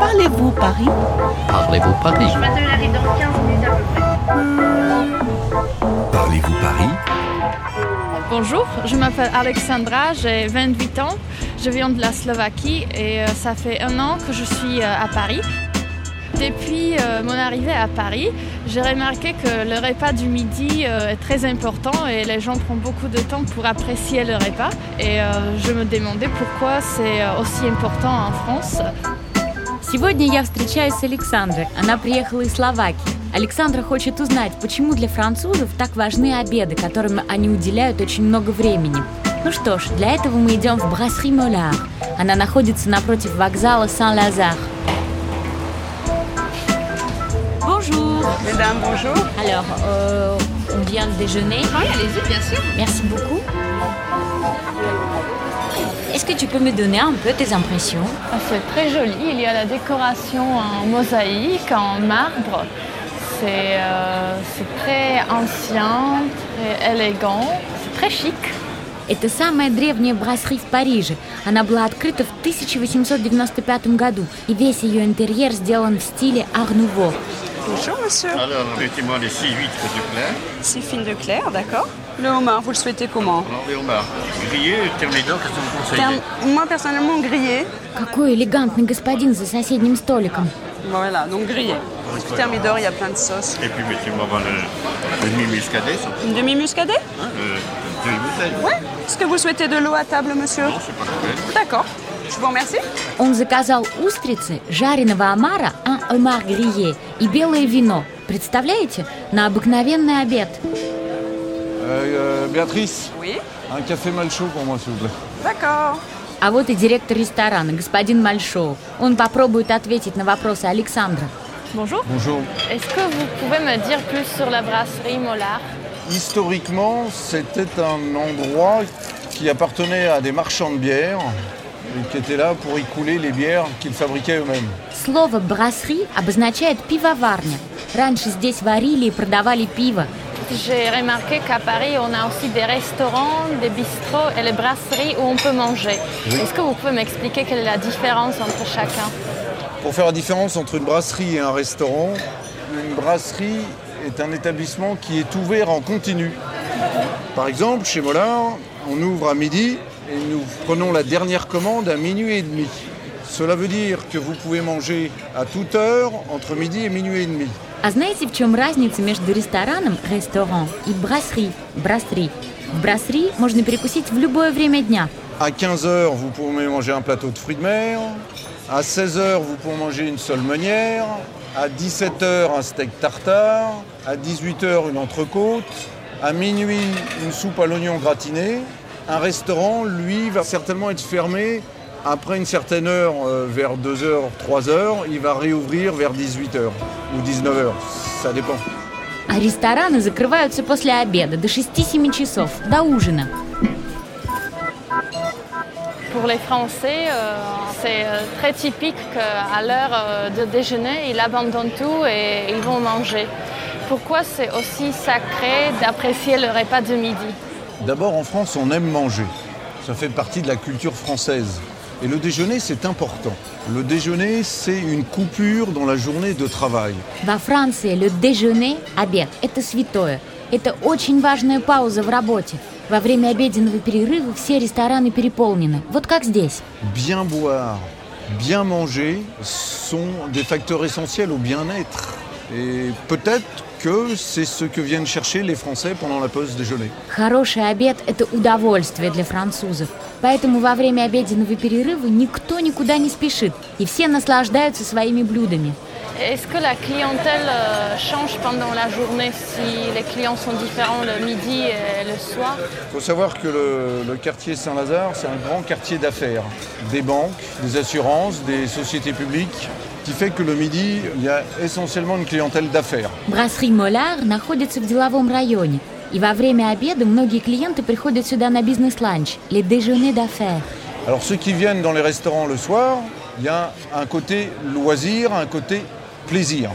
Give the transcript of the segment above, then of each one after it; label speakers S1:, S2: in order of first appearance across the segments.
S1: Parlez-vous Paris
S2: Parlez-vous Paris
S3: Je m'attends à arriver dans 15 minutes à peu près.
S4: Parlez-vous Paris
S5: Bonjour, je m'appelle Alexandra, j'ai 28 ans, je viens de la Slovaquie et euh, ça fait un an que je suis euh, à Paris. Depuis euh, mon arrivée à Paris, j'ai remarqué que le repas du midi euh, est très important et les gens prennent beaucoup de temps pour apprécier le repas. Et euh, je me demandais pourquoi c'est euh, aussi important en France.
S6: Сегодня я встречаюсь с Александрой. Она приехала из Словакии. Александра хочет узнать, почему для французов так важны обеды, которым они уделяют очень много времени. Ну что ж, для этого мы идем в Брасри Молар. Она находится напротив вокзала Сан-Лазар. Bonjour.
S7: Mesdames, bonjour.
S6: Alors, euh, on vient de déjeuner.
S7: Oui, allez-y, bien sûr.
S6: Merci beaucoup. Est-ce que tu peux me donner un peu tes impressions
S5: Ah, C'est très joli, il y a la décoration en mosaïque, en marbre. C'est euh, c'est très ancien, très élégant, c'est très chic.
S6: Это самая древняя брасри в Париже. Она была открыта в 1895 году, и весь ее интерьер сделан в стиле ар-нуво.
S7: Bonjour, monsieur.
S8: Alors, mettez-moi les 6-8 que je plains.
S7: Six fines de clair, d'accord. Le homard, vous le souhaitez comment
S8: Alors, les homards, grillés, terminés, qu'est-ce que vous conseillez
S7: Terme- Moi, personnellement, grillé.
S6: Какой элегантный господин за соседним столиком.
S7: Voilà, donc grillé. Thermidor, il y a plein de sauces.
S8: Et puis, mettez-moi ben, le, le demi-muscadet, ça,
S7: Une demi-muscadet
S8: hein, le- deux bouteilles.
S7: Ouais. Est-ce que vous souhaitez de l'eau à table, monsieur
S8: Non, c'est pas correct.
S7: D'accord. Je vous remercie.
S6: Он заказал устрицы, жареного омара, а омар грие и белое вино. Представляете? На обыкновенный обед.
S9: Euh, euh, Béatrice,
S7: Oui.
S9: un café mal chaud pour moi, s'il vous plaît.
S7: D'accord.
S6: А вот и директор ресторана, господин Мальшоу. Он попробует ответить на вопросы Александра.
S5: Bonjour,
S9: Bonjour.
S5: est-ce que vous pouvez me dire plus sur la brasserie Mollard
S9: Historiquement, c'était un endroit qui appartenait à des marchands de bière et qui étaient là pour y couler les bières qu'ils fabriquaient eux-mêmes.
S6: Слово «брасри» обозначает «пивоварня». Раньше здесь варили и продавали пиво.
S5: J'ai remarqué qu'à Paris, on a aussi des restaurants, des bistrots et les brasseries où on peut manger. Est-ce que vous pouvez m'expliquer quelle est la différence entre chacun
S9: Pour faire la différence entre une brasserie et un restaurant, une brasserie est un établissement qui est ouvert en continu. Par exemple, chez Mollard, on ouvre à midi et nous prenons la dernière commande à minuit et demi. Cela veut dire que vous pouvez manger à toute heure entre midi et minuit et demi.
S6: А знаете, в чем разница между рестораном «ресторан» и «брасри» «брасри»? В «брасри» можно перекусить в любое время дня.
S9: À 15h, vous pouvez manger un plateau de fruits de mer. À 16h, vous pouvez manger une seule meunière. À 17h, un steak tartare. À 18h, une entrecôte. À minuit, une soupe à l'oignon gratiné. Un restaurant, lui, va certainement être fermé après une certaine heure, euh, vers 2h, 3h. Il va réouvrir vers 18h ou 19h. Ça dépend.
S6: А рестораны закрываются после обеда до 6-7 часов, до ужина.
S5: Pour les Français, euh, c'est euh, très typique qu'à l'heure euh, de déjeuner, ils abandonnent tout et ils vont manger. Pourquoi c'est aussi sacré d'apprécier le repas de midi
S9: D'abord, en France, on aime manger. Ça fait partie de la culture française. Et le déjeuner, c'est important. Le déjeuner, c'est une coupure dans la journée de travail.
S6: Во Франции «le déjeuner» – обед – это святое. Это очень важная пауза в работе. Во время обеденного перерыва все рестораны переполнены. Вот как здесь.
S9: Bien boire, bien manger sont des facteurs essentiels au bien-être. Et peut-être que c'est ce que viennent chercher les Français pendant la pause déjeuner.
S6: Хороший обед – это удовольствие для французов. Поэтому во время обеденного перерыва никто никуда не спешит, и все наслаждаются своими блюдами.
S5: Est-ce que la clientèle euh, change pendant la journée si les clients sont différents le midi et le soir
S9: Il faut savoir que le, le quartier Saint-Lazare, c'est un grand quartier d'affaires. Des banques, des assurances, des sociétés publiques, qui fait que le midi, il y a essentiellement une clientèle d'affaires.
S6: Брасри Моляр находится в деловом районе, и во время обеда многие клиенты приходят сюда на бизнес-ланч – les déjeuners d'affaires.
S9: Alors ceux qui viennent dans les restaurants le soir, il y a un côté loisir, un côté plaisir.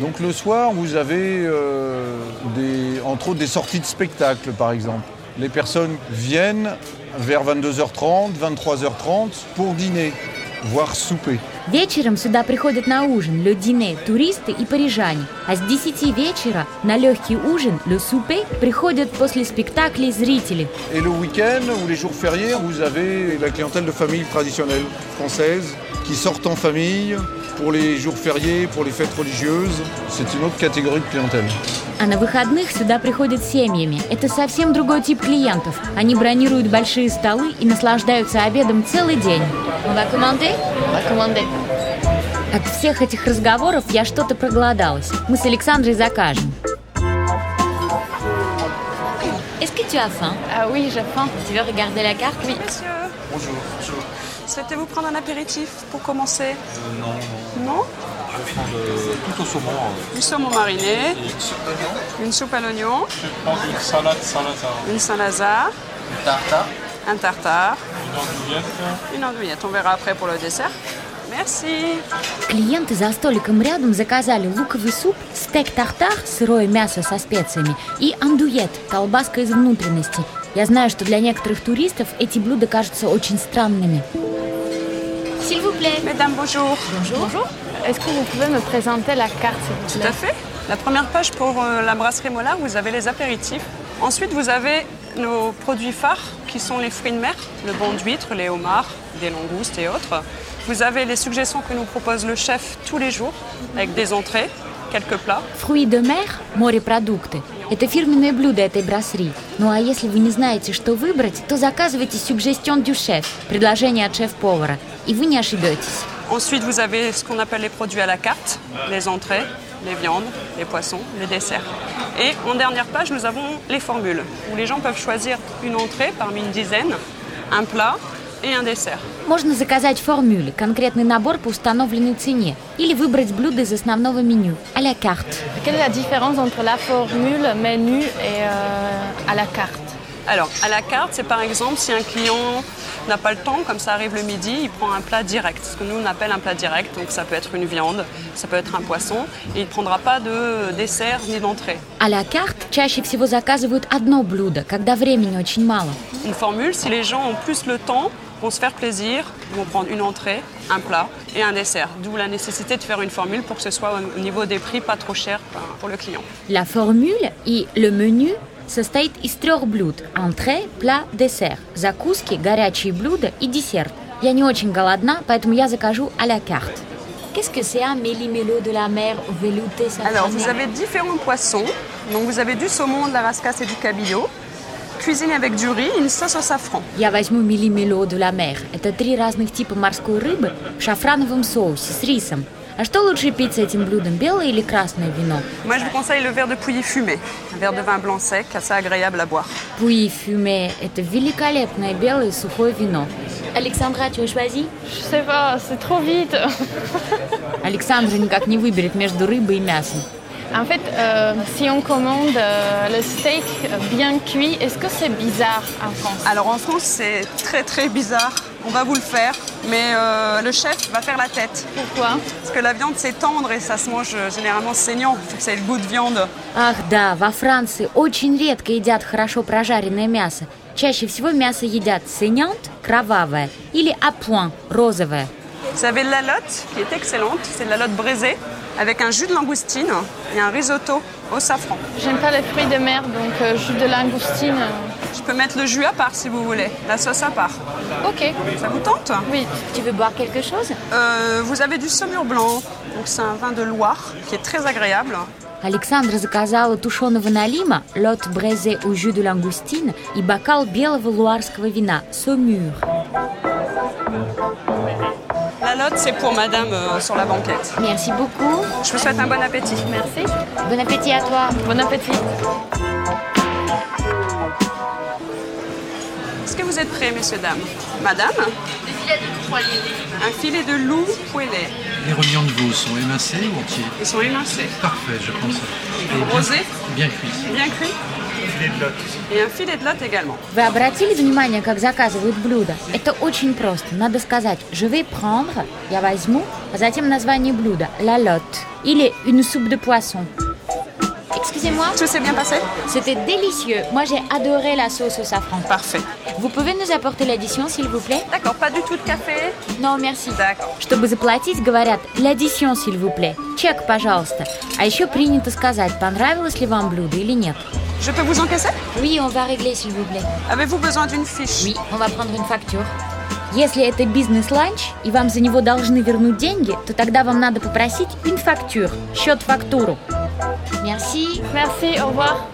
S9: Donc le soir, vous avez euh, des- entre autres des sorties de spectacle, par exemple. Les personnes viennent vers 22h30, 23h30 pour dîner. voire souper.
S6: Вечером сюда приходят на ужин людины, туристы и парижане. А с 10 вечера на легкий ужин, le souper, приходят после спектаклей зрители.
S9: Et le week-end ou les jours fériés, vous avez la clientèle de famille traditionnelle française qui sortent en famille pour les jours fériés, pour les fêtes religieuses. C'est une autre catégorie de clientèle.
S6: А на выходных сюда приходят семьями. Это совсем другой тип клиентов. Они бронируют большие столы и наслаждаются обедом целый день. От всех этих разговоров я что-то проголодалась. Мы с Александрой закажем.
S5: Ah oui, j'ai faim.
S7: Monsieur,
S1: Bonjour. Bonjour.
S7: souhaitez-vous prendre un apéritif pour commencer
S1: Euh, non, non.
S7: Non
S1: Je vais prendre euh, tout au saumon. euh,
S7: Du saumon mariné,
S1: et une soupe d'oignon.
S7: une soupe à l'oignon,
S1: Je vais prendre une salade, salade à
S7: une Saint-Lazare,
S1: une tartare,
S7: un tartare,
S1: une andouillette.
S7: une andouillette. On verra après pour le dessert. Merci.
S6: Клиенты за столиком рядом заказали луковый суп, стек-тартар, сырое мясо со специями и андует, колбаска из внутренности. Я знаю, что для некоторых туристов эти блюда кажутся очень странными.
S7: Mesdames, bonjour.
S5: Bonjour. Est-ce que vous pouvez me présenter la carte, s'il vous plaît
S7: Tout à fait. La première page pour euh, la brasserie Mollard, vous avez les apéritifs. Ensuite, vous avez nos produits phares qui sont les fruits de mer, le bon d'huître, les homards, des langoustes et autres. Vous avez les suggestions que nous propose le chef tous les jours avec des entrées, quelques plats.
S6: Фруи де мер – морепродукты. Это фирменное блюдо этой брасри. Ну а если вы не знаете, что выбрать, то заказывайте «Suggestion du chef» – предложение от шеф-повара, и вы не ошибетесь.
S7: Ensuite, vous avez ce qu'on appelle les produits à la carte, les entrées, les viandes, les poissons, les desserts. Et en dernière page, nous avons les formules, où les gens peuvent choisir une entrée parmi une dizaine, un plat et un dessert.
S6: Можно заказать формуле, конкретный набор по установленной цене, или выбрать блюдо из основного меню – à la carte.
S5: Quelle est la différence entre la formule menu et euh, à la carte
S7: Alors, à la carte, c'est par exemple si un client n'a pas le temps, comme ça arrive le midi, il prend un plat direct, ce que nous on appelle un plat direct, donc ça peut être une viande, ça peut être un poisson, et il ne prendra pas de dessert ni d'entrée.
S6: À la carte чаще всего заказывают одно блюдо, когда времени очень мало.
S7: Une formule, si les gens ont plus le temps, vont se faire plaisir, vont prendre une entrée, un plat et un dessert. D'où la nécessité de faire une formule pour que ce soit au niveau des prix pas trop cher ben, pour le client.
S6: La formule и le menu состоит из трех блюд – антре, пля, десерт, закуски, горячие блюда и десерт. Я не очень голодна, поэтому я закажу à la carte. Qu'est-ce que c'est un méli-mélo de la mer velouté
S7: Alors, vous avez différents poissons. Donc, vous avez du saumon, de la rascasse et du cabillaud. Cuisine avec du riz, une sauce au safran.
S6: Я возьму мили-мело de la mer. Это три разных типа морской рыбы в шафрановом соусе с рисом. А что лучше пить с этим блюдом, белое или красное вино?
S7: Moi, je vous conseille le verre de pouilly fumé, un verre de vin blanc sec, assez agréable à boire.
S6: Пуи фюме – это великолепное белое сухое вино.
S5: Je sais pas, c'est trop vite.
S6: Александра никак не выберет между рыбой и мясом.
S5: En fait, euh, si on commande euh, le steak bien cuit, est-ce que c'est bizarre en France
S7: Alors, en France, c'est très très bizarre. On va vous le faire, mais euh, le chef va faire la tête.
S5: Pourquoi
S7: Parce que la viande, c'est tendre et ça se mange euh, généralement saignant, vu que c'est le goût de viande.
S6: Ах да, во Франции очень редко едят хорошо прожаренное мясо. Чаще всего мясо едят сенянт – кровавое, или апуан – розовое.
S7: Vous avez de la lotte, qui est excellente, c'est de la lotte braisée, avec un jus de langoustine et un risotto au safran.
S5: J'aime pas les fruits de mer, donc euh, jus de langoustine. euh,
S7: Je peux mettre le jus à part si vous voulez, la sauce à part.
S5: Ok,
S7: Ça vous tente
S5: oui.
S6: Tu veux boire quelque chose?
S7: Euh, Vous avez du saumur blanc, donc c'est un vin de Loire qui est très agréable.
S6: Александра заказала тушеного налима, лед брезе у жю де лангустин и бокал белого луарского вина «Сомюр».
S7: La lotte, c'est pour madame euh, sur la banquette.
S6: Merci beaucoup.
S7: Je vous souhaite un bon appétit.
S5: Merci.
S6: Bon appétit à toi.
S5: Bon appétit.
S7: Est-ce que vous êtes prêts, messieurs, dames Madame Des filets de loup poêlés. Un filet de loup poêlé.
S1: Les rognons de veau sont émincés ou entiers
S7: Ils sont émincés,
S1: Parfait, je pense.
S7: Rosé
S1: Bien cuit.
S7: bien cuits. Et un filet de lotte également.
S6: Вы обратили внимание, как заказывают блюда? Это очень просто. Надо сказать «je vais prendre», «я возьму», а затем название блюда «la lotte» или «une soupe de poisson».
S2: Excusez-moi,
S7: Tout s'est bien passé
S2: c'était délicieux. Moi, j'ai adoré la sauce au safran.
S7: Parfait.
S2: Vous pouvez nous apporter l'addition, s'il vous plaît
S7: D'accord, pas du tout de café
S2: Non, merci.
S7: D'accord.
S6: Чтобы заплатить, говорят «L'addition, s'il vous plaît», «Чек, пожалуйста». А еще принято сказать, понравилось ли вам блюдо или нет.
S7: Je peux vous encaisser
S2: Oui, on va régler, s'il vous plaît.
S7: Avez-vous besoin d'une fiche
S2: Oui, on va prendre une facture.
S6: Если это бизнес-ланч, и вам за него должны вернуть деньги, то тогда вам надо попросить une facture, счет-фактуру.
S2: Merci.
S5: Merci, au revoir.